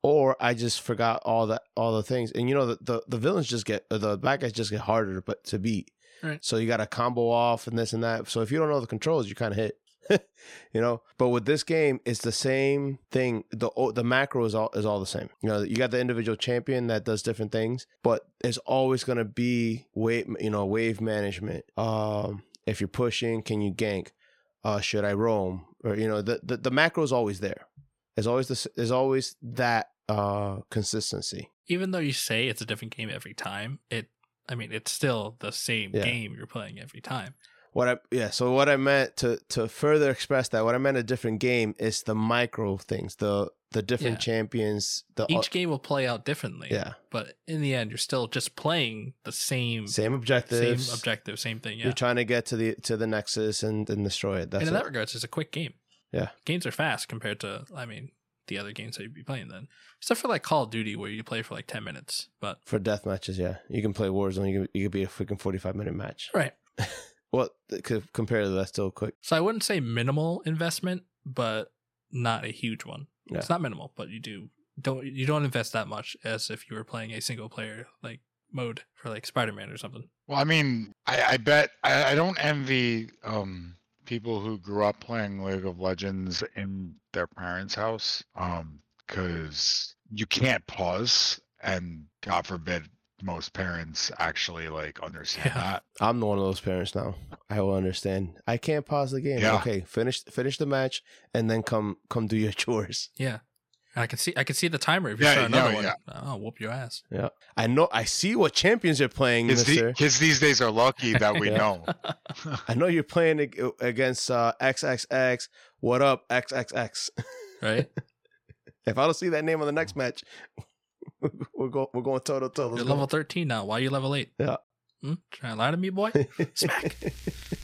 or I just forgot all the all the things. And you know the the, the villains just get or the bad guys just get harder, but to beat. Right. So you got to combo off and this and that. So if you don't know the controls, you kind of hit. (laughs) you know. But with this game, it's the same thing. the o- The macro is all is all the same. You know, you got the individual champion that does different things, but it's always gonna be wave, you know, wave management. Um, if you're pushing, can you gank? Uh, should I roam? Or you know, the the, the macro is always there. There's always this. There's always that uh consistency. Even though you say it's a different game every time, it I mean it's still the same Yeah. game you're playing every time. What I yeah, so what I meant to to further express that what I meant a different game is the micro things, the the different Yeah. champions, the Each game will play out differently. uh, yeah, But in the end you're still just playing the same same, same objectives. objective, same thing. Yeah. You're trying to get to the to the nexus and and destroy it. That's and in that it. regards, it's a quick game. Yeah. Games are fast compared to, I mean, the other games that you'd be playing then. Except for like Call of Duty, where you play for like 10 minutes. But, for death matches. Yeah, you can play Warzone. You can, you could be a freaking forty five minute match. right. Well, c- compared to that, still quick. So I wouldn't say minimal investment, but not a huge one. Yeah. It's not minimal, but you do don't you don't invest that much as if you were playing a single player like mode for like Spider-Man or something. Well, I mean, I, I bet I, I don't envy um, people who grew up playing League of Legends in their parents' house because you can't pause, and God forbid most parents actually like understand Yeah. (laughs) that. I'm one of those parents now. I will understand. I can't pause the game. Yeah. Okay, finish finish the match and then come come do your (laughs) chores. Yeah. And I can see I can see the timer if you Yeah, start another yeah, one. yeah. I'll whoop your ass. I know. I see what champions you're playing, Kids, the- Mister. kids these days are lucky that we (laughs) Yeah. know. I know you're playing ag- against uh, XXX. What up, XXX? (laughs) Right? (laughs) If I don't see that name on the next match, (laughs) we're going we're going toe to toe. (laughs) You're level 13 now. Why are you level 8? Yeah. Hmm? Trying to lie to me, boy? smack.